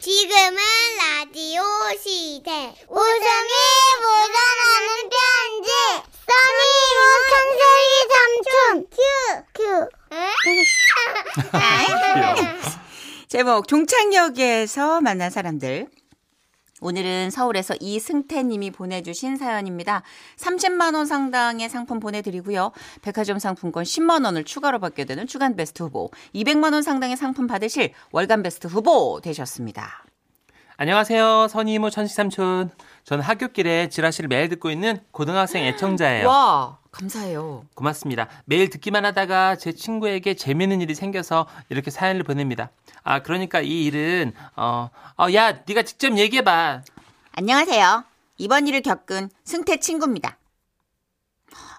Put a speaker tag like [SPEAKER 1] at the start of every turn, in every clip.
[SPEAKER 1] 지금은 라디오 시대. 웃음이 묻어나는 편지. 써니 우천세기 삼촌. 큐. 큐.
[SPEAKER 2] 제목 종착역에서 만난 사람들. 오늘은 서울에서 이승태님이 보내주신 사연입니다. 30만 원 상당의 상품 보내드리고요. 백화점 상품권 10만 원을 추가로 받게 되는 주간 베스트 후보, 200만 원 상당의 상품 받으실 월간 베스트 후보 되셨습니다.
[SPEAKER 3] 안녕하세요. 선이모 천식삼촌. 전 학교길에 지라시를 매일 듣고 있는 고등학생
[SPEAKER 2] 네.
[SPEAKER 3] 애청자예요.
[SPEAKER 2] 와 감사해요.
[SPEAKER 3] 고맙습니다. 매일 듣기만 하다가 제 친구에게 재미있는 일이 생겨서 이렇게 사연을 보냅니다. 아 그러니까 이 일은 어, 어, 야 네가 직접 얘기해봐.
[SPEAKER 2] 안녕하세요. 이번 일을 겪은 승태 친구입니다.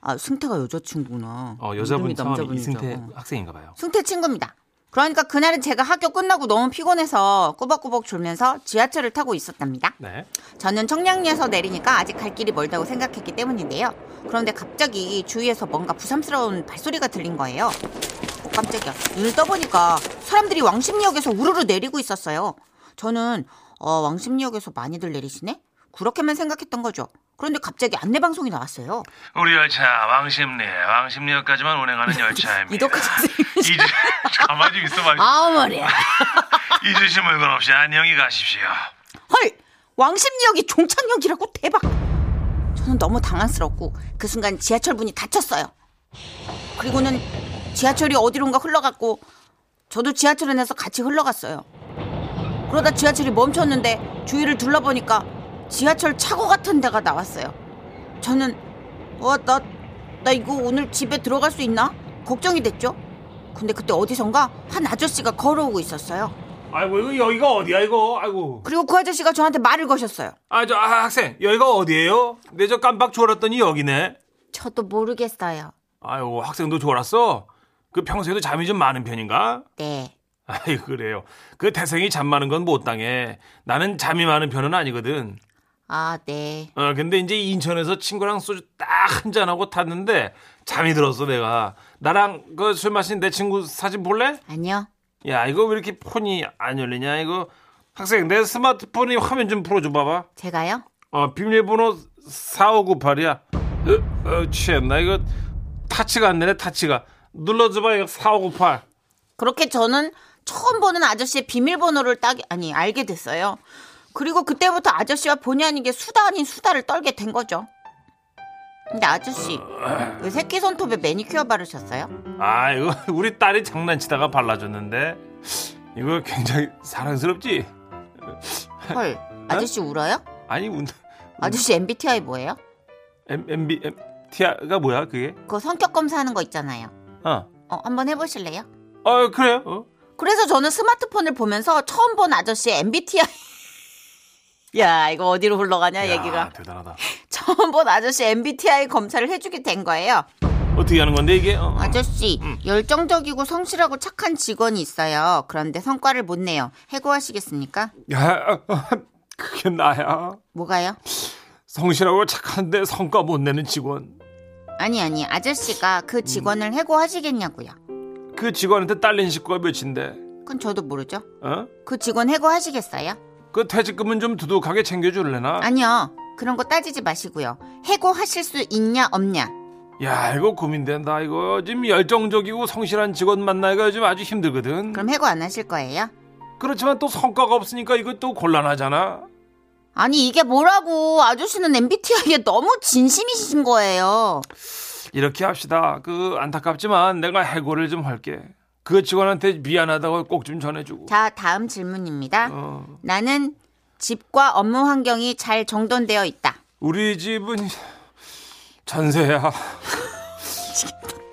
[SPEAKER 2] 아 승태가 아, 여자친구구나.
[SPEAKER 3] 어 여자분
[SPEAKER 2] 이름이
[SPEAKER 3] 성함이
[SPEAKER 2] 남자분이죠.
[SPEAKER 3] 이승태
[SPEAKER 2] 어.
[SPEAKER 3] 학생인가봐요.
[SPEAKER 2] 승태 친구입니다. 그러니까 그날은 제가 학교 끝나고 너무 피곤해서 꾸벅꾸벅 졸면서 지하철을 타고 있었답니다.
[SPEAKER 3] 네.
[SPEAKER 2] 저는 청량리에서 내리니까 아직 갈 길이 멀다고 생각했기 때문인데요. 그런데 갑자기 주위에서 뭔가 부삼스러운 발소리가 들린 거예요. 어, 깜짝이야. 눈을 떠보니까 사람들이 왕십리역에서 우르르 내리고 있었어요. 저는 어, 왕십리역에서 많이들 내리시네? 그렇게만 생각했던 거죠. 그런데 갑자기 안내방송이 나왔어요.
[SPEAKER 4] 우리 열차 왕십리 왕십리역까지만 운행하는 열차입니다.
[SPEAKER 2] 이덕화 선생님.
[SPEAKER 4] 잊으 가만히 좀 있어봐.
[SPEAKER 2] 아우 머리야.
[SPEAKER 4] 잊으실 물건 없이 안녕히 가십시오.
[SPEAKER 2] 헐! 왕십리역이 종착역이라고 대박! 저는 너무 당황스럽고 그 순간 지하철 문이 닫혔어요. 그리고는 지하철이 어디론가 흘러갔고 저도 지하철 안에서 같이 흘러갔어요. 그러다 지하철이 멈췄는데 주위를 둘러보니까 지하철 차고 같은 데가 나왔어요. 저는 어, 나, 나 이거 오늘 집에 들어갈 수 있나? 걱정이 됐죠. 근데 그때 어디선가 한 아저씨가 걸어오고 있었어요.
[SPEAKER 3] 아이고 이거 여기가 어디야 이거? 아이고.
[SPEAKER 2] 그리고 그 아저씨가 저한테 말을 거셨어요.
[SPEAKER 3] 아저 아, 학생 여기가 어디예요? 내 저 깜빡 졸았더니 여기네.
[SPEAKER 2] 저도 모르겠어요.
[SPEAKER 3] 아이고 학생도 졸았어. 그 평소에도 잠이 좀 많은 편인가?
[SPEAKER 2] 네.
[SPEAKER 3] 아이 그래요. 그 태생이 잠 많은 건 못 당해. 나는 잠이 많은 편은 아니거든.
[SPEAKER 2] 아, 네.
[SPEAKER 3] 어 근데 이제 인천에서 친구랑 소주 딱 한잔하고 탔는데 잠이 들었어 내가. 나랑 그 술 마신 내 친구 사진 볼래?
[SPEAKER 2] 아니요.
[SPEAKER 3] 야 이거 왜 이렇게 폰이 안 열리냐 이거. 학생 내 스마트폰이 화면 좀 풀어줘 봐봐.
[SPEAKER 2] 제가요?
[SPEAKER 3] 어 비밀번호 4598이야. 어, 어 취했나 이거 타치가 안 되네 타치가. 눌러줘봐 이거 4598.
[SPEAKER 2] 그렇게 저는 처음 보는 아저씨의 비밀번호를 딱, 아니, 알게 됐어요. 그리고 그때부터 아저씨와 본의 아니게 수다 아닌 수다를 떨게 된 거죠. 근데 아저씨, 왜 새끼 손톱에 매니큐어 바르셨어요?
[SPEAKER 3] 아 이거 우리 딸이 장난치다가 발라줬는데 이거 굉장히 사랑스럽지?
[SPEAKER 2] 헐, 아저씨 울어요?
[SPEAKER 3] 아니 운
[SPEAKER 2] 아저씨 MBTI 뭐예요?
[SPEAKER 3] M, MB M, T가 뭐야 그게?
[SPEAKER 2] 그거 성격 검사하는 거 있잖아요.
[SPEAKER 3] 어.
[SPEAKER 2] 어, 한번 해보실래요?
[SPEAKER 3] 아 그래요? 어?
[SPEAKER 2] 그래서 저는 스마트폰을 보면서 처음 본 아저씨의 MBTI. 야, 이거 어디로 흘러가냐,
[SPEAKER 3] 야,
[SPEAKER 2] 얘기가.
[SPEAKER 3] 대단하다.
[SPEAKER 2] 처음 본 아저씨 MBTI 검사를 해주게 된 거예요.
[SPEAKER 3] 어떻게 하는 건데 이게? 어.
[SPEAKER 2] 아저씨, 열정적이고 성실하고 착한 직원이 있어요. 그런데 성과를 못 내요. 해고하시겠습니까?
[SPEAKER 3] 야, 어, 그게 나야.
[SPEAKER 2] 뭐가요?
[SPEAKER 3] 성실하고 착한데 성과 못 내는 직원.
[SPEAKER 2] 아니, 아니, 아저씨가 그 직원을 해고하시겠냐고요.
[SPEAKER 3] 그 직원한테 딸린 식구가 몇인데?
[SPEAKER 2] 그건 저도 모르죠.
[SPEAKER 3] 어?
[SPEAKER 2] 그 직원 해고하시겠어요?
[SPEAKER 3] 그 퇴직금은 좀 두둑하게 챙겨줄래나?
[SPEAKER 2] 아니요. 그런 거 따지지 마시고요. 해고하실 수 있냐, 없냐.
[SPEAKER 3] 야 이거 고민된다 이거 지금 열정적이고 성실한 직원 만나기가 요즘 아주 힘들거든.
[SPEAKER 2] 그럼 해고 안 하실 거예요?
[SPEAKER 3] 그렇지만 또 성과가 없으니까 이것도 곤란하잖아.
[SPEAKER 2] 아니, 이게 뭐라고. 아저씨는 MBTI에 너무 진심이신 거예요.
[SPEAKER 3] 이렇게 합시다. 그 안타깝지만 내가 해고를 좀 할게. 그 직원한테 미안하다고 꼭 좀 전해주고.
[SPEAKER 2] 자, 다음 질문입니다.
[SPEAKER 3] 어,
[SPEAKER 2] 나는 집과 업무 환경이 잘 정돈되어 있다.
[SPEAKER 3] 우리 집은 전세야.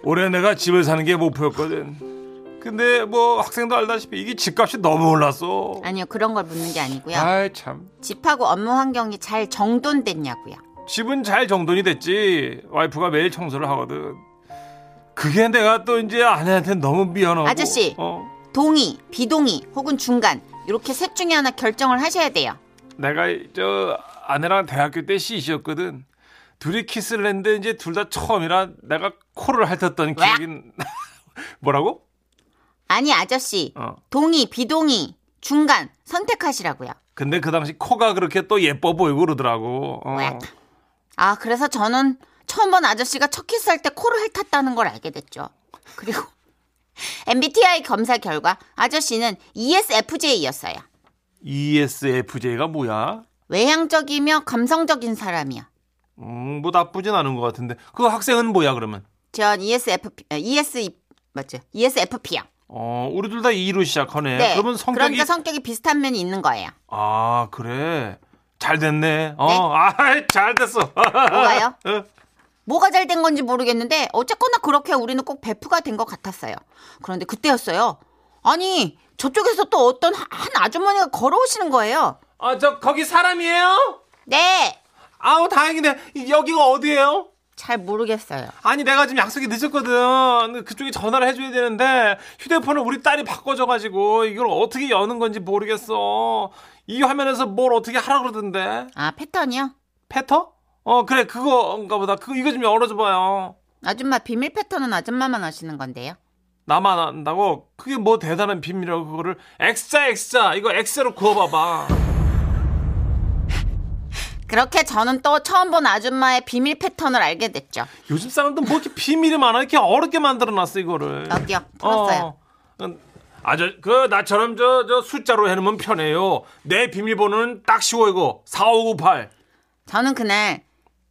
[SPEAKER 3] 올해 내가 집을 사는 게 목표였거든. 근데 뭐 학생도 알다시피 이게 집값이 너무 올랐어.
[SPEAKER 2] 아니요, 그런 걸 묻는 게 아니고요.
[SPEAKER 3] 아이 참.
[SPEAKER 2] 집하고 업무 환경이 잘 정돈됐냐고요.
[SPEAKER 3] 집은 잘 정돈이 됐지. 와이프가 매일 청소를 하거든. 그게 내가 또 이제 아내한테 너무 미안하고.
[SPEAKER 2] 아저씨.
[SPEAKER 3] 어.
[SPEAKER 2] 동의, 비동의, 혹은 중간 이렇게 셋 중에 하나 결정을 하셔야 돼요.
[SPEAKER 3] 내가 저 아내랑 대학교 때 시시였거든. 둘이 키스를 했는데 이제 둘 다 처음이라 내가 코를 핥았던 기억이 나- 뭐라고?
[SPEAKER 2] 아니 아저씨,
[SPEAKER 3] 어.
[SPEAKER 2] 동의, 비동의, 중간 선택하시라고요.
[SPEAKER 3] 근데 그 당시 코가 그렇게 또 예뻐 보이고 그러더라고. 어.
[SPEAKER 2] 뭐야. 아, 그래서 저는 처음 본 아저씨가 첫 키스할 때 코를 핥았다는 걸 알게 됐죠. 그리고 MBTI 검사 결과 아저씨는 E ESFJ였어요.
[SPEAKER 3] E ESFJ가 뭐야?
[SPEAKER 2] 외향적이며 감성적인 사람이요.
[SPEAKER 3] 음, 뭐 나쁘진 않은 것 같은데. 그 학생은 뭐야 그러면?
[SPEAKER 2] 전 ESFP, 어, ES, 맞죠? E ESFP요.
[SPEAKER 3] 어, 우리 둘 다 E로 시작하네.
[SPEAKER 2] 네.
[SPEAKER 3] 그러면 성격이
[SPEAKER 2] 그러니까 성격이 비슷한 면이 있는 거예요.
[SPEAKER 3] 아 그래 잘 됐네. 어, 아, 잘 됐어.
[SPEAKER 2] 뭐가요?
[SPEAKER 3] 어.
[SPEAKER 2] 뭐가 잘 된 건지 모르겠는데 어쨌거나 그렇게 우리는 꼭 베프가 된 것 같았어요. 그런데 그때였어요. 아니 저쪽에서 또 어떤 한 아주머니가 걸어오시는 거예요.
[SPEAKER 3] 아, 저 거기 사람이에요?
[SPEAKER 2] 네,
[SPEAKER 3] 아우 다행이네. 이- 여기가 어디예요?
[SPEAKER 2] 잘 모르겠어요.
[SPEAKER 3] 아니 내가 지금 약속이 늦었거든. 그쪽에 전화를 해줘야 되는데 휴대폰을 우리 딸이 바꿔줘가지고 이걸 어떻게 여는 건지 모르겠어. 이 화면에서 뭘 어떻게 하라 그러던데.
[SPEAKER 2] 아 패턴이요?
[SPEAKER 3] 패터? 어 그래 그거인가 보다. 그거 이거 좀 열어줘봐요.
[SPEAKER 2] 아줌마 비밀 패턴은 아줌마만 아시는 건데요.
[SPEAKER 3] 나만 안다고? 그게 뭐 대단한 비밀이라고 그거를 X자 X자 이거 X로 그어봐봐.
[SPEAKER 2] 그렇게 저는 또 처음 본 아줌마의 비밀 패턴을 알게 됐죠.
[SPEAKER 3] 요즘 사람들 뭐 이렇게 비밀이 많아 이렇게 어렵게 만들어놨어 이거를.
[SPEAKER 2] 여기요, 풀었어요.
[SPEAKER 3] 아저 그 나처럼 저 저 숫자로 해놓으면 편해요. 내 비밀번호는 딱 쉬워 이거 4598.
[SPEAKER 2] 저는 그날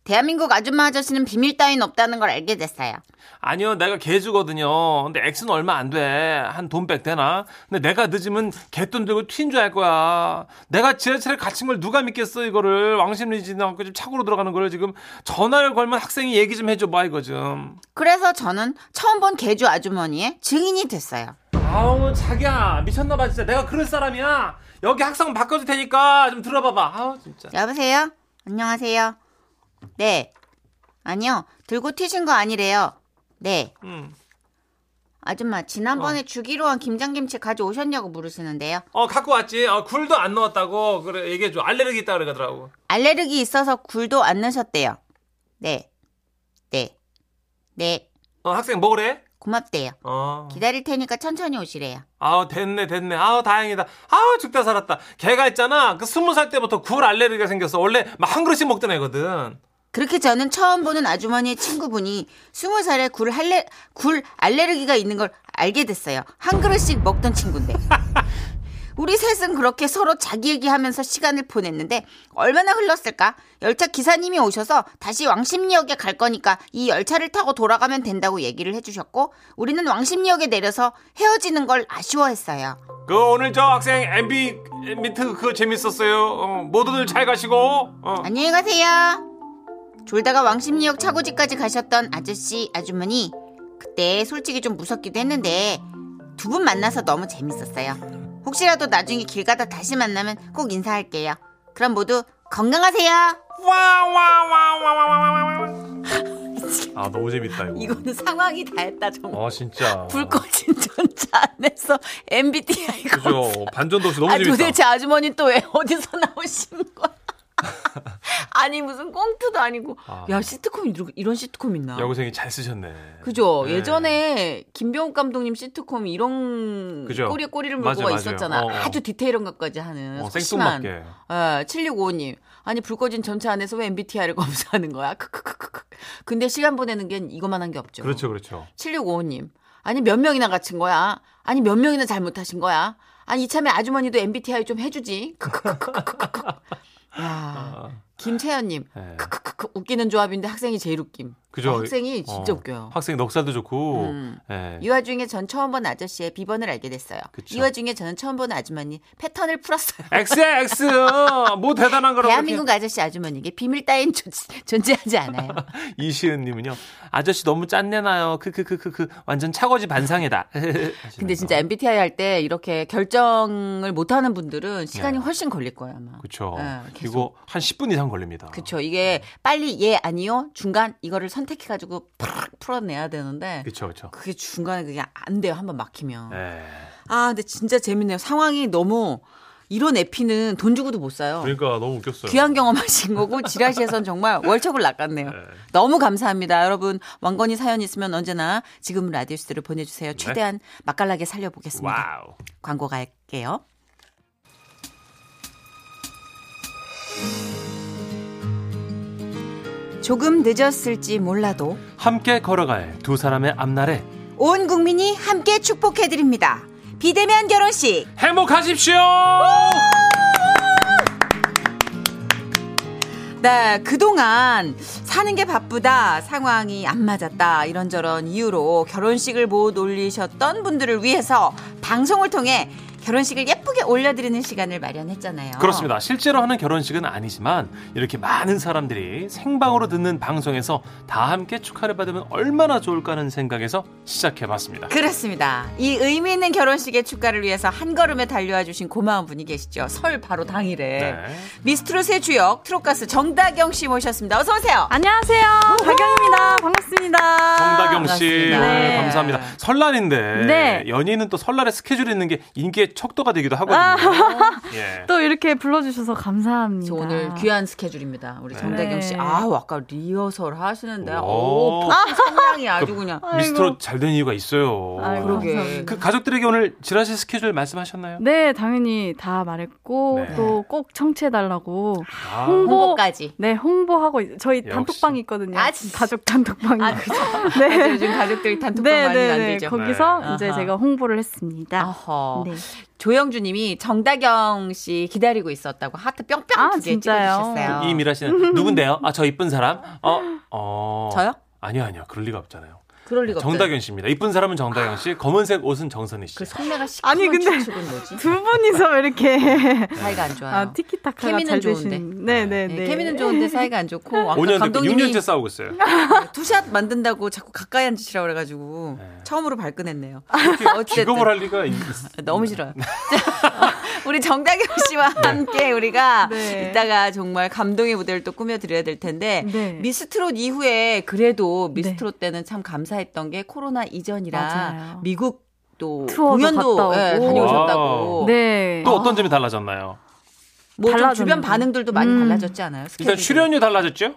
[SPEAKER 2] 대한민국 아줌마 아저씨는 비밀 따윈 없다는 걸 알게 됐어요.
[SPEAKER 3] 아니요 내가 개주거든요. 근데 X는 얼마 안 돼. 한 돈 백 되나? 근데 내가 늦으면 개돈 들고 튄 줄 알 거야. 내가 지하철에 갇힌 걸 누가 믿겠어 이거를 왕심리지 않고 지금 착오로 들어가는 걸 지금 전화를 걸면 학생이 얘기 좀 해줘 봐 이거 좀.
[SPEAKER 2] 그래서 저는 처음 본 개주 아주머니의 증인이 됐어요.
[SPEAKER 3] 아우 자기야 미쳤나봐 진짜 내가 그럴 사람이야 여기 학생 바꿔줄 테니까 좀 들어봐봐 아우 진짜
[SPEAKER 2] 여보세요? 안녕하세요. 네. 아니요. 들고 튀신 거 아니래요. 네.
[SPEAKER 3] 음어
[SPEAKER 2] 아줌마, 지난번에 주기로 한 김장김치 가져오셨냐고 물으시는데요.
[SPEAKER 3] 갖고 왔지 어, 굴도 안 넣었다고 그래 얘기해줘 알레르기 있다 그러더라고
[SPEAKER 2] 알레르기 있어서 굴도 안 넣으셨대요. 네. 네. 네.
[SPEAKER 3] 어 학생 뭐래
[SPEAKER 2] 고맙대요.
[SPEAKER 3] 어
[SPEAKER 2] 기다릴 테니까 천천히 오시래요.
[SPEAKER 3] 아우 됐네 됐네 아우 다행이다 아우 죽다 살았다 걔가 있잖아 그 스무 살 때부터 굴 알레르기가 생겼어 원래 막 한 그릇씩 먹던 애거든
[SPEAKER 2] 그렇게 저는 처음 보는 아주머니의 친구분이 스무 살에 굴, 할레, 굴 알레르기가 있는 걸 알게 됐어요. 한 그릇씩 먹던 친구인데. 우리 셋은 그렇게 서로 자기 얘기하면서 시간을 보냈는데 얼마나 흘렀을까? 열차 기사님이 오셔서 다시 왕십리역에 갈 거니까 이 열차를 타고 돌아가면 된다고 얘기를 해주셨고 우리는 왕십리역에 내려서 헤어지는 걸 아쉬워했어요.
[SPEAKER 3] 그 오늘 저 학생 MB 미트 그거 재밌었어요 어, 모두들 잘 가시고 어.
[SPEAKER 2] 안녕히 가세요. 졸다가 왕십리역 차고지까지 가셨던 아저씨, 아주머니. 그때 솔직히 좀 무섭기도 했는데 두 분 만나서 너무 재밌었어요. 혹시라도 나중에 길 가다 다시 만나면 꼭 인사할게요. 그럼 모두 건강하세요.
[SPEAKER 3] 와와와와와와와아 아, 너무 재밌다 이거.
[SPEAKER 2] 이거는 상황이 다했다 정말.
[SPEAKER 3] 아 진짜.
[SPEAKER 2] 불 꺼진 전차 안에서 MBTI 검사.
[SPEAKER 3] 그죠. 반전도 없이 너무
[SPEAKER 2] 아니
[SPEAKER 3] 재밌다.
[SPEAKER 2] 도대체 아주머니 또 왜 어디서 나오신 거야? 아니 무슨 꽁트도 아니고 야 시트콤 이런, 이런 시트콤 있나?
[SPEAKER 3] 여고생이 잘 쓰셨네.
[SPEAKER 2] 그죠.
[SPEAKER 3] 네.
[SPEAKER 2] 예전에 김병욱 감독님 시트콤 이런
[SPEAKER 3] 그죠.
[SPEAKER 2] 꼬리에 꼬리를
[SPEAKER 3] 맞아,
[SPEAKER 2] 물고
[SPEAKER 3] 맞아요.
[SPEAKER 2] 있었잖아.
[SPEAKER 3] 어, 어.
[SPEAKER 2] 아주 디테일한 것까지 하는.
[SPEAKER 3] 어,
[SPEAKER 2] 소심한.
[SPEAKER 3] 생뚱맞게.
[SPEAKER 2] 예, 7655님. 아니, 불 꺼진 전차 안에서 왜 MBTI를 검사하는 거야? 크크크크크. 근데 시간 보내는 게 이것만 한 게 없죠.
[SPEAKER 3] 그렇죠, 그렇죠.
[SPEAKER 2] 7655님. 아니, 몇 명이나 갇힌 거야? 아니, 몇 명이나 잘못하신 거야? 아니, 이참에 아주머니도 MBTI 좀 해주지. 크크크크크크크. 야, 김채연님.
[SPEAKER 3] 네.
[SPEAKER 2] 크크크크. 웃기는 조합인데 학생이 제일 웃김. 어,
[SPEAKER 3] 그죠. 어.
[SPEAKER 2] 학생이 진짜 웃겨요.
[SPEAKER 3] 학생 넉살도 좋고.
[SPEAKER 2] 음.
[SPEAKER 3] 예.
[SPEAKER 2] 이 와중에 전 처음 본 아저씨의 비번을 알게 됐어요.
[SPEAKER 3] 그쵸.
[SPEAKER 2] 이 와중에 저는 처음 본 아주머니 패턴을 풀었어요.
[SPEAKER 3] X야 X. 뭐 대단한 거라고.
[SPEAKER 2] 대한민국 아저씨 아주머니에게 비밀 따윈 존- 존재하지 않아요.
[SPEAKER 3] 이렇게. 이시은님은요.
[SPEAKER 4] 아저씨 너무 짠내나요. 그, 크크크크크 완전 차고지 반상이다.
[SPEAKER 2] 근데
[SPEAKER 3] 네.
[SPEAKER 2] 진짜 MBTI 할 때 이렇게 결정을 못하는 분들은 시간이
[SPEAKER 3] 네.
[SPEAKER 2] 훨씬 걸릴 거예요 아마.
[SPEAKER 3] 그렇죠.
[SPEAKER 2] 예, 계속.
[SPEAKER 3] 이거 한 10분 이상 걸립니다.
[SPEAKER 2] 그쵸. 이게 빨리 예 아니요 중간 이거를 선택해가지고 팍 풀어내야 되는데
[SPEAKER 3] 그렇죠, 그렇죠.
[SPEAKER 2] 그게 중간에 그게 안 돼요 한번 막히면.
[SPEAKER 3] 예.
[SPEAKER 2] 아 근데 진짜 재밌네요. 상황이 너무 이런 에피는 돈 주고도 못 사요.
[SPEAKER 3] 그러니까 너무 웃겼어요.
[SPEAKER 2] 귀한 경험하신 거고 지라시에선 정말 월척을 낚았네요. 너무 감사합니다. 여러분 왕건이 사연 있으면 언제나 지금 라디오스를 보내주세요. 최대한 맛깔나게 살려보겠습니다.
[SPEAKER 3] 와우.
[SPEAKER 2] 광고 갈게요.
[SPEAKER 5] 조금 늦었을지 몰라도
[SPEAKER 4] 함께 걸어갈 두 사람의 앞날에
[SPEAKER 5] 온 국민이 함께 축복해드립니다. 비대면 결혼식
[SPEAKER 4] 행복하십시오!
[SPEAKER 5] 네, 그동안 사는 게 바쁘다, 상황이 안 맞았다, 이런저런 이유로 결혼식을 못 올리셨던 분들을 위해서 방송을 통해 결혼식을 예쁘게 올려드리는 시간을 마련했잖아요.
[SPEAKER 4] 그렇습니다. 실제로 하는 결혼식은 아니지만 이렇게 많은 사람들이 생방으로 듣는 방송에서 다 함께 축하를 받으면 얼마나 좋을까 하는 생각에서 시작해봤습니다.
[SPEAKER 5] 그렇습니다. 이 의미 있는 결혼식의 축가를 위해서 한 걸음에 달려와 주신 고마운 분이 계시죠. 설 바로 당일에.
[SPEAKER 4] 네.
[SPEAKER 5] 미스트롯의 주역 트롯가수 정다경 씨 모셨습니다. 어서 오세요.
[SPEAKER 6] 안녕하세요. 박영입니다. 반갑습니다.
[SPEAKER 4] 정다경 씨
[SPEAKER 5] 반갑습니다.
[SPEAKER 4] 오늘
[SPEAKER 5] 네.
[SPEAKER 4] 감사합니다. 설날인데
[SPEAKER 6] 네.
[SPEAKER 4] 연예인은 또 설날에 스케줄이 있는 게 인기의 척도가 되기도 하거든요. 예.
[SPEAKER 6] 또 이렇게 불러주셔서 감사합니다.
[SPEAKER 5] 저 오늘 귀한 스케줄입니다. 우리 정다경
[SPEAKER 6] 네.
[SPEAKER 5] 씨. 아, 아까 리허설 하시는데
[SPEAKER 4] 오.
[SPEAKER 5] 오, 복- 성량이 네. 아주 그냥.
[SPEAKER 4] 미스트롯 잘 된 이유가 있어요.
[SPEAKER 6] 아이고,
[SPEAKER 5] 그러게.
[SPEAKER 6] 감사합니다.
[SPEAKER 4] 그 가족들에게 오늘 지라시 스케줄 말씀하셨나요?
[SPEAKER 6] 네, 당연히 다 말했고
[SPEAKER 4] 네.
[SPEAKER 6] 또 꼭 청취해달라고
[SPEAKER 4] 아,
[SPEAKER 6] 홍보.
[SPEAKER 5] 홍보까지.
[SPEAKER 6] 네, 홍보하고 있- 저희
[SPEAKER 4] 역시.
[SPEAKER 6] 단톡방이 있거든요.
[SPEAKER 5] 아, 진짜.
[SPEAKER 6] 가족 단톡방이.
[SPEAKER 5] 아, 그죠.
[SPEAKER 6] 네.
[SPEAKER 5] 그래서 요즘 가족들이 단톡방
[SPEAKER 6] 네,
[SPEAKER 5] 많이
[SPEAKER 6] 네, 네.
[SPEAKER 5] 만들죠.
[SPEAKER 6] 거기서
[SPEAKER 5] 네.
[SPEAKER 6] 이제
[SPEAKER 5] 아하.
[SPEAKER 6] 제가 홍보를 했습니다.
[SPEAKER 5] 아허.
[SPEAKER 6] 네.
[SPEAKER 5] 조영주 님이 정다경 씨 기다리고 있었다고 하트 뿅뿅
[SPEAKER 6] 아,
[SPEAKER 5] 두개
[SPEAKER 6] 진짜요?
[SPEAKER 5] 찍어주셨어요.
[SPEAKER 4] 이미라 씨는 누군데요? 아, 저 이쁜 사람? 어, 어.
[SPEAKER 5] 저요?
[SPEAKER 4] 아니요, 아니요. 그럴 리가 없잖아요.
[SPEAKER 5] 그럴 리가 없어요.
[SPEAKER 4] 정다경 씨입니다. 이쁜 사람은 정다경 씨, 검은색 옷은 정선희 씨.
[SPEAKER 5] 그 성내가 시커먼
[SPEAKER 6] 아니, 근데-
[SPEAKER 5] 축축은 뭐지?
[SPEAKER 6] 두 분이서 왜 이렇게
[SPEAKER 5] 사이가 안 좋아요.
[SPEAKER 6] 아, 티키타카가
[SPEAKER 5] 케미는
[SPEAKER 6] 잘
[SPEAKER 5] 좋은데.
[SPEAKER 6] 되신. 네, 네,
[SPEAKER 5] 네,
[SPEAKER 6] 네.
[SPEAKER 5] 케미는 좋은데 사이가 안 좋고 아까
[SPEAKER 4] 5년 됐고
[SPEAKER 5] 감독님이
[SPEAKER 4] 6년째 싸우고 있어요.
[SPEAKER 5] 투샷 만든다고 자꾸 가까이 앉으시라 고 그래가지고
[SPEAKER 4] 네. 아,
[SPEAKER 5] 처음으로 발끈했네요.
[SPEAKER 4] 직업을
[SPEAKER 5] 어쨌든
[SPEAKER 4] 할 리가 있... 네.
[SPEAKER 5] 너무 싫어요. 자, 우리 정다경 씨와 함께 우리가
[SPEAKER 6] 네.
[SPEAKER 5] 이따가 정말 감동의 무대를 또 꾸며드려야 될 텐데
[SPEAKER 6] 네.
[SPEAKER 5] 미스트롯 이후에 그래도 미스트롯 때는 참 감사했던 게 코로나 이전이라
[SPEAKER 6] 맞아요.
[SPEAKER 5] 미국 또
[SPEAKER 6] 투어도
[SPEAKER 5] 공연도
[SPEAKER 6] 갔다
[SPEAKER 5] 예,
[SPEAKER 6] 오고.
[SPEAKER 4] 아.
[SPEAKER 5] 다녀오셨다고
[SPEAKER 6] 네.
[SPEAKER 4] 또 어떤 점이 달라졌나요?
[SPEAKER 5] 뭐좀
[SPEAKER 6] 달라졌는데.
[SPEAKER 5] 주변 반응들도 많이
[SPEAKER 6] 음.
[SPEAKER 5] 달라졌지 않아요?
[SPEAKER 4] 일단
[SPEAKER 5] 스케줄이?
[SPEAKER 4] 출연료 달라졌죠?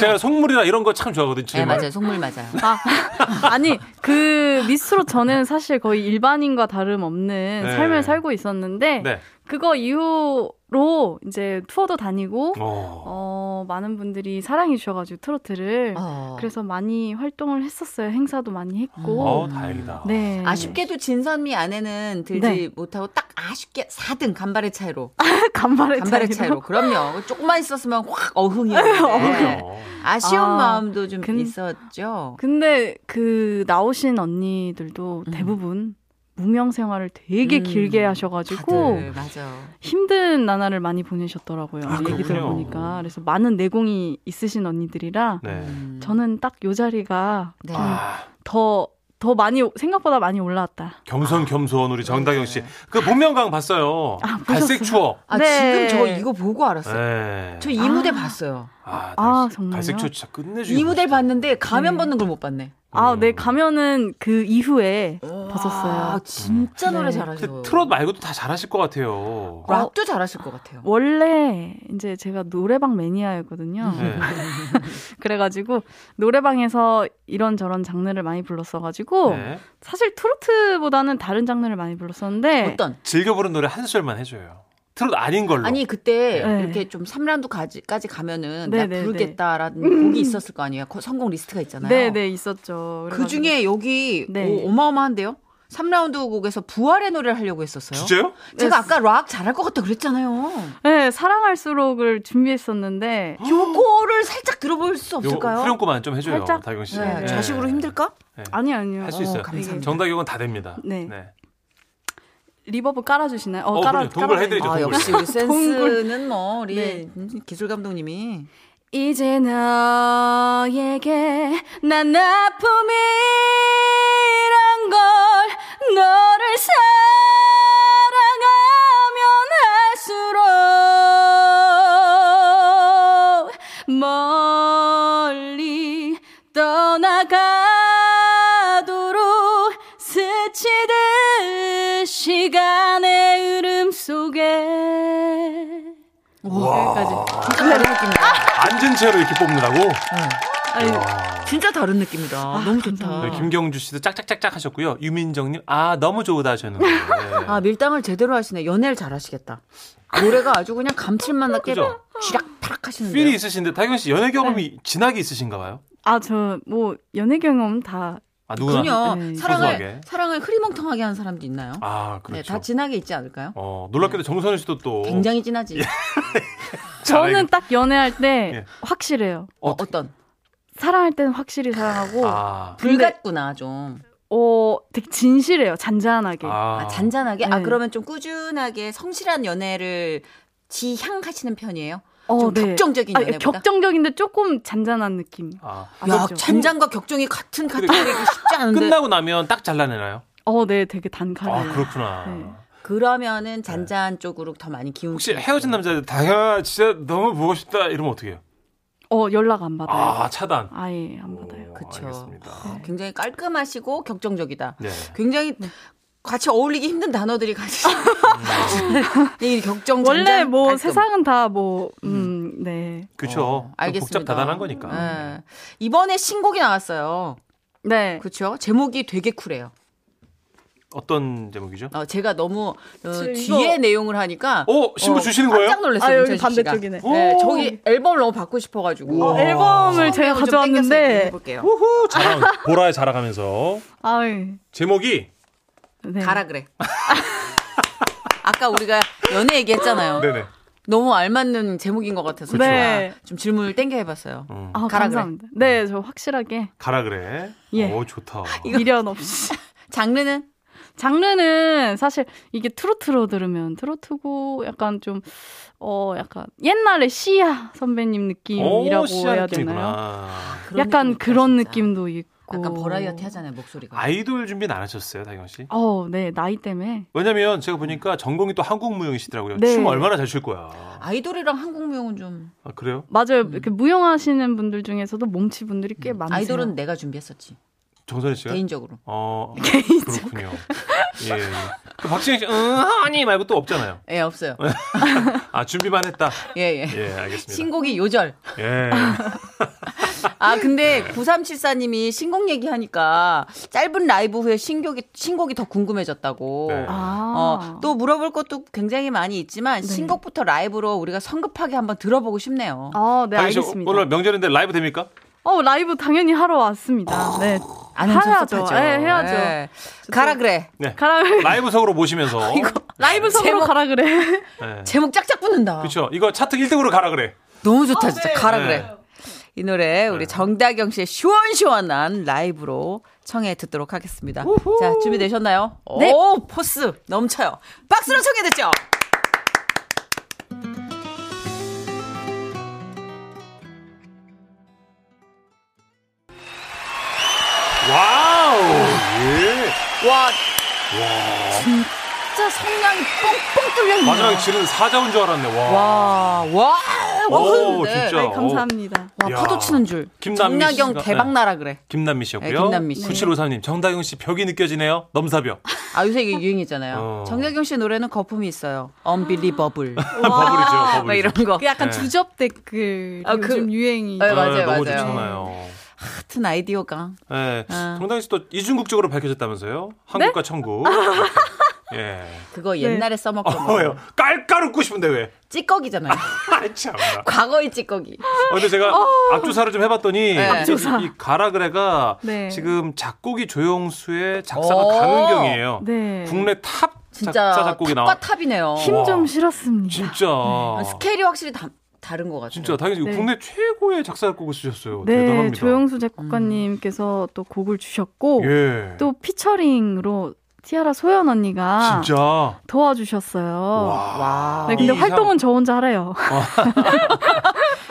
[SPEAKER 4] 제가 속물이나 이런 거 참 좋아하거든요.
[SPEAKER 5] 네,
[SPEAKER 4] 정말.
[SPEAKER 5] 맞아요. 속물 맞아요.
[SPEAKER 6] 아, 아니, 그 미스로 저는 사실 거의 일반인과 다름없는
[SPEAKER 4] 네.
[SPEAKER 6] 삶을 살고 있었는데,
[SPEAKER 4] 네.
[SPEAKER 6] 그거 이후로 이제 투어도 다니고,
[SPEAKER 4] 어.
[SPEAKER 6] 어, 많은 분들이 사랑해주셔가지고 트로트를.
[SPEAKER 4] 아.
[SPEAKER 5] 어.
[SPEAKER 6] 그래서 많이 활동을 했었어요. 행사도 많이 했고.
[SPEAKER 4] 어, 다행이다.
[SPEAKER 6] 네.
[SPEAKER 5] 아. 아쉽게도 진선미 아내는 들지
[SPEAKER 6] 네.
[SPEAKER 5] 못하고 딱 아쉽게 4등 간발의 차이로.
[SPEAKER 6] 간발의,
[SPEAKER 5] 간발의 차이로.
[SPEAKER 6] 차이로.
[SPEAKER 5] 그럼요. 조금만 있었으면 확
[SPEAKER 4] 그럼요.
[SPEAKER 5] 어흥이었는데. 네. 아쉬운
[SPEAKER 6] 아,
[SPEAKER 5] 마음도 좀
[SPEAKER 6] 근-
[SPEAKER 5] 있었죠.
[SPEAKER 6] 근데 그 나오신 언니들도
[SPEAKER 5] 음.
[SPEAKER 6] 대부분 무명 생활을 되게
[SPEAKER 5] 음,
[SPEAKER 6] 길게 하셔가지고
[SPEAKER 5] 다들 네, 맞아.
[SPEAKER 6] 힘든 나날을 많이 보내셨더라고요.
[SPEAKER 4] 아,
[SPEAKER 6] 얘기
[SPEAKER 4] 그렇군요.
[SPEAKER 6] 들어보니까. 그래서 많은 내공이 있으신 언니들이라
[SPEAKER 4] 네.
[SPEAKER 5] 음.
[SPEAKER 6] 저는 딱 요 자리가
[SPEAKER 5] 네.
[SPEAKER 4] 아,
[SPEAKER 6] 더, 더 많이, 생각보다 많이 올라왔다.
[SPEAKER 4] 겸손 겸손 우리 정다경
[SPEAKER 2] 네.
[SPEAKER 4] 씨. 그 본명강 봤어요. 갈색 추억.
[SPEAKER 5] 아,
[SPEAKER 6] 네.
[SPEAKER 5] 지금 저 이거 보고 알았어요.
[SPEAKER 4] 네.
[SPEAKER 5] 저 이
[SPEAKER 6] 아.
[SPEAKER 5] 무대 봤어요.
[SPEAKER 4] 아,
[SPEAKER 6] 아,
[SPEAKER 4] 갈색-
[SPEAKER 6] 정말요?
[SPEAKER 4] 갈색 추억 진짜 끝내주고.
[SPEAKER 5] 이 무대를 봤는데 가면
[SPEAKER 6] 네.
[SPEAKER 5] 벗는 걸 못 봤네.
[SPEAKER 6] 아,
[SPEAKER 4] 음.
[SPEAKER 6] 네, 가면은 그 이후에
[SPEAKER 5] 아,
[SPEAKER 6] 벗었어요.
[SPEAKER 5] 진짜 노래
[SPEAKER 6] 네. 어.
[SPEAKER 5] 잘하셔.
[SPEAKER 4] 그 트롯 말고도 다 잘하실 것 같아요.
[SPEAKER 5] 락도 잘하실 것 같아요.
[SPEAKER 6] 원래 이제 제가 노래방 매니아였거든요.
[SPEAKER 4] 네.
[SPEAKER 6] 그래가지고 노래방에서 이런저런 장르를 많이 불렀어가지고
[SPEAKER 4] 네.
[SPEAKER 6] 사실 트로트보다는 다른 장르를 많이 불렀었는데
[SPEAKER 5] 어떤?
[SPEAKER 4] 즐겨 부른 노래 한 소절만 해줘요. 트롯 아닌 걸로.
[SPEAKER 5] 아니 그때
[SPEAKER 6] 네.
[SPEAKER 5] 이렇게 좀 3라운드까지 가면은
[SPEAKER 6] 네,
[SPEAKER 5] 나
[SPEAKER 6] 네,
[SPEAKER 5] 부르겠다라는 곡이 있었을 거 아니에요. 거- 성공 리스트가 있잖아요.
[SPEAKER 6] 네네 있었죠.
[SPEAKER 5] 그 중에 여기
[SPEAKER 6] 네.
[SPEAKER 5] 오, 어마어마한데요. 3라운드 곡에서 부활의 노래를 하려고 했었어요.
[SPEAKER 4] 진짜요?
[SPEAKER 5] 제가 아까 락 잘할 것 같다 그랬잖아요.
[SPEAKER 6] 네 사랑할수록을 준비했었는데
[SPEAKER 5] 아. 요거를 살짝 들어볼 수
[SPEAKER 4] 요거
[SPEAKER 5] 없을까요?
[SPEAKER 4] 후렴구만 좀 해줘요,
[SPEAKER 6] 살짝.
[SPEAKER 4] 다경 씨.
[SPEAKER 5] 네,
[SPEAKER 6] 네.
[SPEAKER 5] 좌식으로 힘들까?
[SPEAKER 6] 아니 아니요.
[SPEAKER 4] 네. 할 수 있어요.
[SPEAKER 5] 어, 감사합니다.
[SPEAKER 4] 정다경은 다 됩니다.
[SPEAKER 6] 네. 리버브 깔아주시나요?
[SPEAKER 4] 어, 그럼요.
[SPEAKER 6] 깔아
[SPEAKER 4] 동굴
[SPEAKER 6] 깔아주세요.
[SPEAKER 4] 해드리죠.
[SPEAKER 5] 아,
[SPEAKER 4] 동굴.
[SPEAKER 5] 역시 우리 센스는
[SPEAKER 6] 동굴.
[SPEAKER 5] 뭐 우리
[SPEAKER 6] 네.
[SPEAKER 5] 기술 감독님이
[SPEAKER 6] 이제 너에게 난 아픔이란 걸 너를 사랑하면 할수록 멀리 떠나가도록 스치듯 시간의 흐름 속에 여기까지.
[SPEAKER 5] 진짜 다른 뭐
[SPEAKER 4] 아.
[SPEAKER 5] 느낌이다.
[SPEAKER 4] 앉은 채로 이렇게 뽑는다고.
[SPEAKER 6] 아니,
[SPEAKER 5] 진짜 다른 느낌이다. 너무 좋다.
[SPEAKER 4] 네, 김경주 씨도 짝짝짝짝 하셨고요. 유민정님, 아, 너무 좋으다 하셨는데. 네.
[SPEAKER 5] 아 밀당을 제대로 하시네. 연애를 잘하시겠다.
[SPEAKER 6] 노래가 아주 그냥 감칠맛 나게
[SPEAKER 4] 그죠?
[SPEAKER 6] 쥐락펴락
[SPEAKER 5] 음,
[SPEAKER 6] 하시는데요.
[SPEAKER 5] 네.
[SPEAKER 4] 필이 있으신데 타경 씨 연애 경험이 진하게 있으신가 봐요.
[SPEAKER 6] 아 저 뭐 연애 경험 다
[SPEAKER 4] 아 누구나.
[SPEAKER 5] 그럼요.
[SPEAKER 6] 네,
[SPEAKER 5] 사랑을
[SPEAKER 4] 소소하게.
[SPEAKER 5] 사랑을 흐리멍텅하게 하는 사람도 있나요?
[SPEAKER 4] 아 그렇죠.
[SPEAKER 5] 네, 다 진하게 있지 않을까요?
[SPEAKER 4] 어 놀랍게도 정선우 씨도 또
[SPEAKER 5] 굉장히 진하지.
[SPEAKER 6] 저는 딱 연애할 때
[SPEAKER 4] 예.
[SPEAKER 6] 확실해요.
[SPEAKER 5] 어, 어떤
[SPEAKER 6] 사랑할 때는 확실히 사랑하고
[SPEAKER 4] 아,
[SPEAKER 5] 불 같구나 좀
[SPEAKER 6] 어 되게 진실해요. 잔잔하게.
[SPEAKER 4] 아,
[SPEAKER 5] 아, 잔잔하게. 아
[SPEAKER 6] 네.
[SPEAKER 5] 그러면 좀 꾸준하게 성실한 연애를 지향하시는 편이에요?
[SPEAKER 6] 어,
[SPEAKER 5] 좀
[SPEAKER 6] 네.
[SPEAKER 5] 격정적인
[SPEAKER 6] 아,
[SPEAKER 5] 연애보다.
[SPEAKER 6] 격정적인데 조금 잔잔한 느낌.
[SPEAKER 4] 아.
[SPEAKER 5] 야,
[SPEAKER 6] 그렇죠.
[SPEAKER 5] 잔잔과 격정이 같은 카테고리기 쉽지 않은데.
[SPEAKER 4] 그러니까. 끝나고 나면 딱 잘라내나요?
[SPEAKER 6] 어, 네, 되게
[SPEAKER 4] 아
[SPEAKER 6] 단칼이에요.
[SPEAKER 4] 그렇구나.
[SPEAKER 6] 네.
[SPEAKER 5] 그러면은 잔잔 쪽으로 더 많이 기운.
[SPEAKER 4] 네. 혹시 헤어진 남자들 다야 진짜 너무 보고 싶다 이러면 어떻게
[SPEAKER 5] 네.
[SPEAKER 4] 해요?
[SPEAKER 6] 어, 연락 안 받아요.
[SPEAKER 4] 아 차단.
[SPEAKER 6] 아, 예안 받아요.
[SPEAKER 4] 오,
[SPEAKER 5] 그쵸.
[SPEAKER 4] 알겠습니다.
[SPEAKER 5] 굉장히 깔끔하시고 격정적이다.
[SPEAKER 4] 네.
[SPEAKER 5] 굉장히 같이 어울리기 힘든 단어들이 같이. 이 격정 잔잔,
[SPEAKER 6] 원래 뭐
[SPEAKER 5] 깔끔.
[SPEAKER 6] 세상은 다 뭐 음, 네.
[SPEAKER 4] 그쵸.
[SPEAKER 5] 어, 알겠습니다.
[SPEAKER 4] 복잡다단한 거니까.
[SPEAKER 5] 예. 이번에 신곡이 나왔어요.
[SPEAKER 6] 네.
[SPEAKER 5] 그렇죠? 제목이 되게 쿨해요.
[SPEAKER 4] 어떤 제목이죠?
[SPEAKER 5] 어, 제가 너무 어,
[SPEAKER 6] 저 이거-
[SPEAKER 5] 뒤에 내용을 하니까
[SPEAKER 4] 어 신고 주시는 거예요?
[SPEAKER 5] 깜짝 놀랐어요.
[SPEAKER 6] 아, 여기
[SPEAKER 5] 문천식 씨가.
[SPEAKER 6] 반대쪽이네.
[SPEAKER 5] 네, 저기 앨범을 너무 받고 싶어가지고
[SPEAKER 6] 어, 앨범을 제가
[SPEAKER 5] 좀 땡겨서 얘기해
[SPEAKER 6] 가져왔는데
[SPEAKER 5] 볼게요. 그
[SPEAKER 4] 우후 자랑 보라에 자랑하면서
[SPEAKER 6] 아유.
[SPEAKER 4] 제목이
[SPEAKER 6] 네.
[SPEAKER 5] 가라 그래. 아까 우리가 연애 얘기했잖아요.
[SPEAKER 4] 네네.
[SPEAKER 5] 너무 알맞는 제목인 것 같아서
[SPEAKER 6] 네.
[SPEAKER 5] 제가 좀 질문을 땡겨 해봤어요.
[SPEAKER 4] 음,
[SPEAKER 6] 아,
[SPEAKER 5] 가라 그래.
[SPEAKER 6] 감사합니다. 네, 저 확실하게
[SPEAKER 4] 가라 그래.
[SPEAKER 6] 예.
[SPEAKER 4] 오 좋다.
[SPEAKER 6] 미련 없이.
[SPEAKER 5] 장르는
[SPEAKER 6] 장르는 사실 이게 트로트로 들으면 트로트고 약간 좀, 어, 약간 옛날에 시야
[SPEAKER 4] 어,
[SPEAKER 6] 선배님 느낌이라고 해야 되나요?
[SPEAKER 4] 되나요?
[SPEAKER 5] 그런
[SPEAKER 6] 약간
[SPEAKER 5] 느낌이다,
[SPEAKER 6] 그런
[SPEAKER 5] 진짜.
[SPEAKER 6] 느낌도 있고.
[SPEAKER 5] 약간 버라이어티 하잖아요 목소리가.
[SPEAKER 4] 아이돌 준비는 안 하셨어요, 다경 씨?
[SPEAKER 6] 어, 네, 나이 때문에.
[SPEAKER 4] 왜냐면 제가 보니까 전공이 또 한국 무용이시더라고요.
[SPEAKER 6] 네.
[SPEAKER 4] 춤 얼마나 잘 출 거야.
[SPEAKER 5] 아이돌이랑 한국 무용은 좀
[SPEAKER 4] 아, 그래요?
[SPEAKER 6] 맞아요. 이렇게 무용하시는 분들 중에서도 몸치 분들이 꽤 많으세요.
[SPEAKER 5] 아이돌은 내가 준비했었지
[SPEAKER 4] 정선희 씨가?
[SPEAKER 5] 개인적으로.
[SPEAKER 4] 어, 그렇군요. 예. 예. 그 박신영 씨, 응, 아니 말고 또 없잖아요.
[SPEAKER 5] 예 없어요.
[SPEAKER 4] 아, 준비만 했다.
[SPEAKER 5] 예 예.
[SPEAKER 4] 예, 알겠습니다.
[SPEAKER 5] 신곡이 요절.
[SPEAKER 4] 예.
[SPEAKER 5] 아, 근데 9374님이 신곡 얘기하니까 짧은 라이브 후에 신곡이, 신곡이 더 궁금해졌다고.
[SPEAKER 4] 네.
[SPEAKER 6] 아. 네.
[SPEAKER 5] 어, 또 물어볼 것도 굉장히 많이 있지만 신곡부터 라이브로 우리가 성급하게 한번 들어보고 싶네요.
[SPEAKER 6] 아, 네,
[SPEAKER 4] 다경 씨,
[SPEAKER 6] 알겠습니다.
[SPEAKER 4] 오늘 명절인데 라이브 됩니까?
[SPEAKER 6] 어, 라이브 당연히 하러 왔습니다. 네.
[SPEAKER 5] 안
[SPEAKER 6] 해야죠.
[SPEAKER 5] 섭섭하죠.
[SPEAKER 6] 네, 해야죠.
[SPEAKER 5] 네. 가라 그래.
[SPEAKER 4] 네.
[SPEAKER 6] 가라 그래.
[SPEAKER 4] 라이브석으로 모시면서.
[SPEAKER 6] 라이브 성으로
[SPEAKER 5] 제목-
[SPEAKER 6] 가라 그래.
[SPEAKER 4] 예.
[SPEAKER 5] 제목 짝짝 붙는다.
[SPEAKER 4] 그렇죠. 이거 차트 1등으로 가라 그래.
[SPEAKER 5] 너무
[SPEAKER 6] 아,
[SPEAKER 5] 좋다 진짜. 가라
[SPEAKER 4] 네.
[SPEAKER 5] 그래. 이 노래 우리 정다경 씨의 시원시원한 라이브로 청해 듣도록 하겠습니다. 자, 준비되셨나요?
[SPEAKER 6] 네.
[SPEAKER 5] 오, 포스 넘쳐요. 박수로 청해 듣죠.
[SPEAKER 4] 와우. 예.
[SPEAKER 5] 와. 진짜 성량이 뻥뻥 뚫려 있네요.
[SPEAKER 4] 마지막에 지는 사자인 줄 알았네. 와.
[SPEAKER 5] 와,
[SPEAKER 6] 아,
[SPEAKER 5] 와, 와,
[SPEAKER 4] 오,
[SPEAKER 5] 그런데.
[SPEAKER 4] 진짜.
[SPEAKER 6] 네, 감사합니다.
[SPEAKER 5] 와,
[SPEAKER 4] 야.
[SPEAKER 5] 파도 치는 줄.
[SPEAKER 4] 김남미
[SPEAKER 5] 정약영
[SPEAKER 4] 씨가-
[SPEAKER 5] 대박
[SPEAKER 4] 네.
[SPEAKER 5] 나라 그래.
[SPEAKER 4] 김남미 씨였고요.
[SPEAKER 5] 네, 김남미 씨.
[SPEAKER 4] 9753님, 정다경 씨 벽이 느껴지네요. 넘사벽.
[SPEAKER 5] 아, 요새 이게 유행이잖아요.
[SPEAKER 4] 어.
[SPEAKER 5] 정약영 씨 노래는 거품이 있어요. Unbelievable.
[SPEAKER 4] 버블이죠. 버블이죠.
[SPEAKER 5] 막 이런 거.
[SPEAKER 6] 그 아. 약간
[SPEAKER 4] 네.
[SPEAKER 6] 주접 댓글
[SPEAKER 5] 아, 그-
[SPEAKER 6] 요즘 유행이.
[SPEAKER 5] 네, 맞아요,
[SPEAKER 4] 네, 너무
[SPEAKER 5] 맞아요.
[SPEAKER 4] 좋잖아요.
[SPEAKER 5] 같은 아이디어가.
[SPEAKER 4] 네.
[SPEAKER 5] 아. 네?
[SPEAKER 4] 정다경 씨도 이중국적으로 밝혀졌다면서요? 한국과 천국. 예.
[SPEAKER 6] 네.
[SPEAKER 5] 그거 옛날에
[SPEAKER 4] 어,
[SPEAKER 5] 써먹던
[SPEAKER 4] 왜요?
[SPEAKER 5] 거.
[SPEAKER 4] 깔깔 웃고 싶은데 왜?
[SPEAKER 5] 찌꺼기잖아요.
[SPEAKER 4] 아, 참나.
[SPEAKER 5] 과거의 찌꺼기.
[SPEAKER 4] 어, 근데 제가 앞조사를 좀 해봤더니
[SPEAKER 5] 네.
[SPEAKER 6] 앞조사.
[SPEAKER 4] 이 가라그래가
[SPEAKER 6] 네.
[SPEAKER 4] 지금 작곡이 조용수의 작사가
[SPEAKER 5] 오.
[SPEAKER 4] 강은경이에요.
[SPEAKER 6] 네.
[SPEAKER 4] 국내 탑
[SPEAKER 5] 진짜
[SPEAKER 4] 작사 작곡이 나와.
[SPEAKER 5] 탑과 탑이네요.
[SPEAKER 6] 힘
[SPEAKER 4] 와.
[SPEAKER 6] 좀 실었습니다.
[SPEAKER 4] 진짜.
[SPEAKER 5] 스케일이 확실히 다, 다른 것 같아요.
[SPEAKER 4] 진짜 당연히
[SPEAKER 6] 네.
[SPEAKER 4] 국내 최고의 작사 작곡을 쓰셨어요.
[SPEAKER 6] 네,
[SPEAKER 4] 대단합니다. 음.
[SPEAKER 6] 조영수 작곡가님께서 또 곡을 주셨고
[SPEAKER 4] 예.
[SPEAKER 6] 또 피처링으로 티아라 소연 언니가
[SPEAKER 4] 진짜.
[SPEAKER 6] 도와주셨어요.
[SPEAKER 4] 와.
[SPEAKER 6] 네, 근데
[SPEAKER 4] 이
[SPEAKER 6] 활동은 저 혼자 하래요.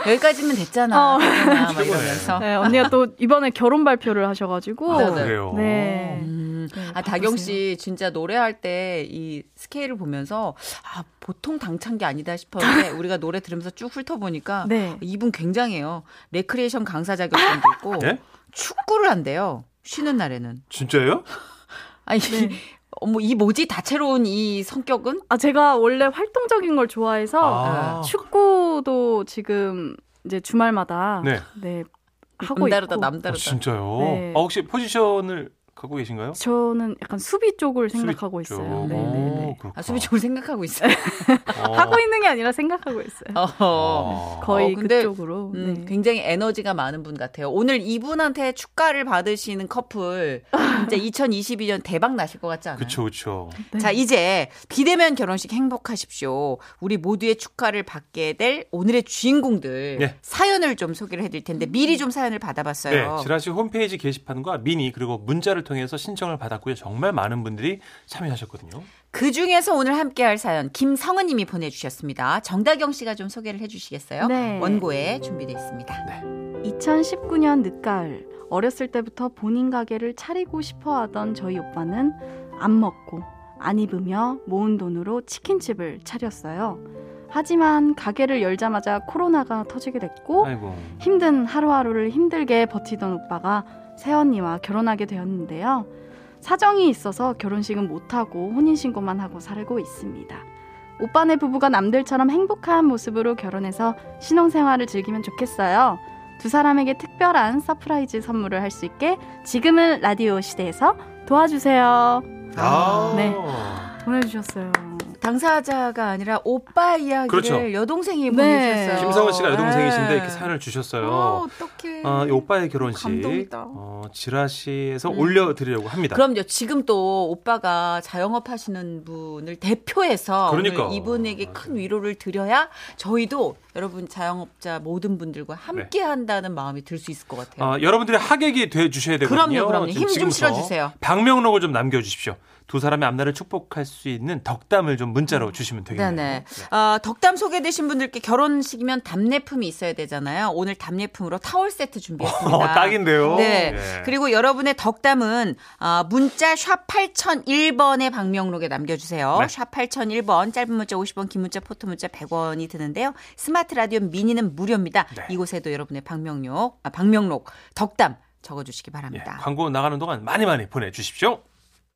[SPEAKER 5] 여기까지면 됐잖아.
[SPEAKER 6] 어.
[SPEAKER 5] 그러나 막 이러면서.
[SPEAKER 6] 네, 언니가 또 이번에 결혼 발표를 하셔가지고
[SPEAKER 5] 아,
[SPEAKER 4] 상- 아. 그래요. 어.
[SPEAKER 6] 네.
[SPEAKER 5] 음.
[SPEAKER 6] 네,
[SPEAKER 5] 아, 다경 씨 진짜 노래할 때 이 스케일을 보면서 아, 보통 당찬 게 아니다 싶었는데 우리가 노래 들으면서 쭉 훑어보니까
[SPEAKER 6] 네.
[SPEAKER 5] 이분 굉장해요. 레크리에이션 강사 자격증도 있고
[SPEAKER 4] 네?
[SPEAKER 5] 축구를 한대요. 쉬는 날에는.
[SPEAKER 4] 진짜예요?
[SPEAKER 5] 아니,
[SPEAKER 6] 네.
[SPEAKER 5] 어머, 이 뭐지? 다채로운 이 성격은?
[SPEAKER 6] 아 제가 원래 활동적인 걸 좋아해서
[SPEAKER 4] 아.
[SPEAKER 6] 축구도 지금 이제 주말마다
[SPEAKER 4] 네.
[SPEAKER 6] 네, 하고
[SPEAKER 5] 남다르다,
[SPEAKER 6] 있고
[SPEAKER 4] 어,
[SPEAKER 5] 남다르다.
[SPEAKER 4] 진짜요?
[SPEAKER 6] 네.
[SPEAKER 4] 아, 혹시 포지션을 갖고 계신가요?
[SPEAKER 6] 저는 약간 수비 쪽을
[SPEAKER 4] 수비
[SPEAKER 6] 생각하고
[SPEAKER 4] 쪽.
[SPEAKER 6] 있어요.
[SPEAKER 4] 오,
[SPEAKER 6] 네, 네, 네.
[SPEAKER 4] 그렇구나.
[SPEAKER 2] 아, 수비 쪽을 생각하고 있어요.
[SPEAKER 4] 어.
[SPEAKER 6] 하고 있는 게 아니라 생각하고 있어요.
[SPEAKER 2] 어허.
[SPEAKER 4] 어.
[SPEAKER 6] 거의
[SPEAKER 2] 어, 근데,
[SPEAKER 6] 그쪽으로.
[SPEAKER 2] 음,
[SPEAKER 6] 네.
[SPEAKER 2] 굉장히 에너지가 많은 분 같아요. 오늘 이분한테 축가를 받으시는 커플 진짜 2022년 대박 나실 것 같지 않아요?
[SPEAKER 4] 그렇죠, 그쵸 그쵸.
[SPEAKER 6] 네.
[SPEAKER 2] 자, 이제 비대면 결혼식 행복하십시오. 우리 모두의 축하를 받게 될 오늘의 주인공들
[SPEAKER 4] 네.
[SPEAKER 2] 사연을 좀 소개를 해드릴 텐데 미리 좀
[SPEAKER 4] 네,
[SPEAKER 2] 사연을 받아봤어요.
[SPEAKER 4] 지라시 홈페이지 게시판과 미니 그리고 문자를 통해서 신청을 받았고요. 정말 많은 분들이 참여하셨거든요.
[SPEAKER 2] 그 중에서 오늘 함께할 사연 김성은님이 보내주셨습니다. 정다경 씨가 좀 소개를 해주시겠어요?
[SPEAKER 6] 네.
[SPEAKER 2] 원고에 준비되어 있습니다.
[SPEAKER 6] 2019년 늦가을 어렸을 때부터 본인 가게를 차리고 싶어 하던 저희 오빠는 안 먹고 안 입으며 모은 돈으로 치킨집을 차렸어요. 하지만 가게를 열자마자 코로나가 터지게 됐고
[SPEAKER 4] 아이고.
[SPEAKER 6] 힘든 하루하루를 힘들게 버티던 오빠가 새언니와 결혼하게 되었는데요. 사정이 있어서 결혼식은 못하고 혼인신고만 하고 살고 있습니다. 오빠네 부부가 남들처럼 행복한 모습으로 결혼해서 신혼생활을 즐기면 좋겠어요. 두 사람에게 특별한 서프라이즈 선물을 할 수 있게 지금은 라디오 시대에서 도와주세요.
[SPEAKER 4] 아.
[SPEAKER 6] 네. 보내주셨어요.
[SPEAKER 2] 당사자가 아니라 오빠 이야기를
[SPEAKER 4] 그렇죠.
[SPEAKER 2] 여동생이
[SPEAKER 6] 네.
[SPEAKER 2] 보내주셨어요.
[SPEAKER 4] 김성은 씨가
[SPEAKER 2] 네.
[SPEAKER 4] 여동생이신데 이렇게 사연을 주셨어요.
[SPEAKER 2] 어, 어떡해.
[SPEAKER 4] 아, 이 오빠의 결혼식
[SPEAKER 2] 감동이다.
[SPEAKER 4] 어, 지라시에서
[SPEAKER 2] 음.
[SPEAKER 4] 올려드리려고 합니다.
[SPEAKER 2] 그럼요. 지금 또 오빠가 자영업 하시는 분을 대표해서
[SPEAKER 4] 그러니까.
[SPEAKER 2] 오늘 이분에게 큰 위로를 드려야 저희도 여러분 자영업자 모든 분들과 함께 한다는 마음이 들 수 있을 것
[SPEAKER 4] 네.
[SPEAKER 2] 같아요.
[SPEAKER 4] 아, 여러분들이 하객이 돼 주셔야 되거든요.
[SPEAKER 2] 그럼요, 그럼요.
[SPEAKER 4] 지금
[SPEAKER 2] 힘좀
[SPEAKER 4] 지금부터
[SPEAKER 2] 실어주세요.
[SPEAKER 4] 방명록을 좀 남겨주십시오. 두 사람의 앞날을 축복할 수 있는 덕담을 좀 문자로 주시면 되겠네요.
[SPEAKER 2] 음. 네네. 아, 덕담 소개되신 분들께 결혼식이면 답례품이 있어야 되잖아요. 오늘 답례품으로 타월 세트 준비했습니다.
[SPEAKER 4] 어, 딱인데요.
[SPEAKER 2] 네.
[SPEAKER 4] 예.
[SPEAKER 2] 그리고 여러분의 덕담은 아, 문자 샵 8001번의 방명록에 남겨주세요.
[SPEAKER 4] 네.
[SPEAKER 2] 샵 8001번 짧은 문자 50원 긴 문자 포토 문자 100원이 드는데요. 스마트 라디오 미니는 무료입니다.
[SPEAKER 4] 네.
[SPEAKER 2] 이곳에도 여러분의 방명록, 아, 방명록 덕담 적어주시기
[SPEAKER 4] 예,
[SPEAKER 2] 바랍니다.
[SPEAKER 4] 광고 나가는 동안 많이 많이 보내주십시오.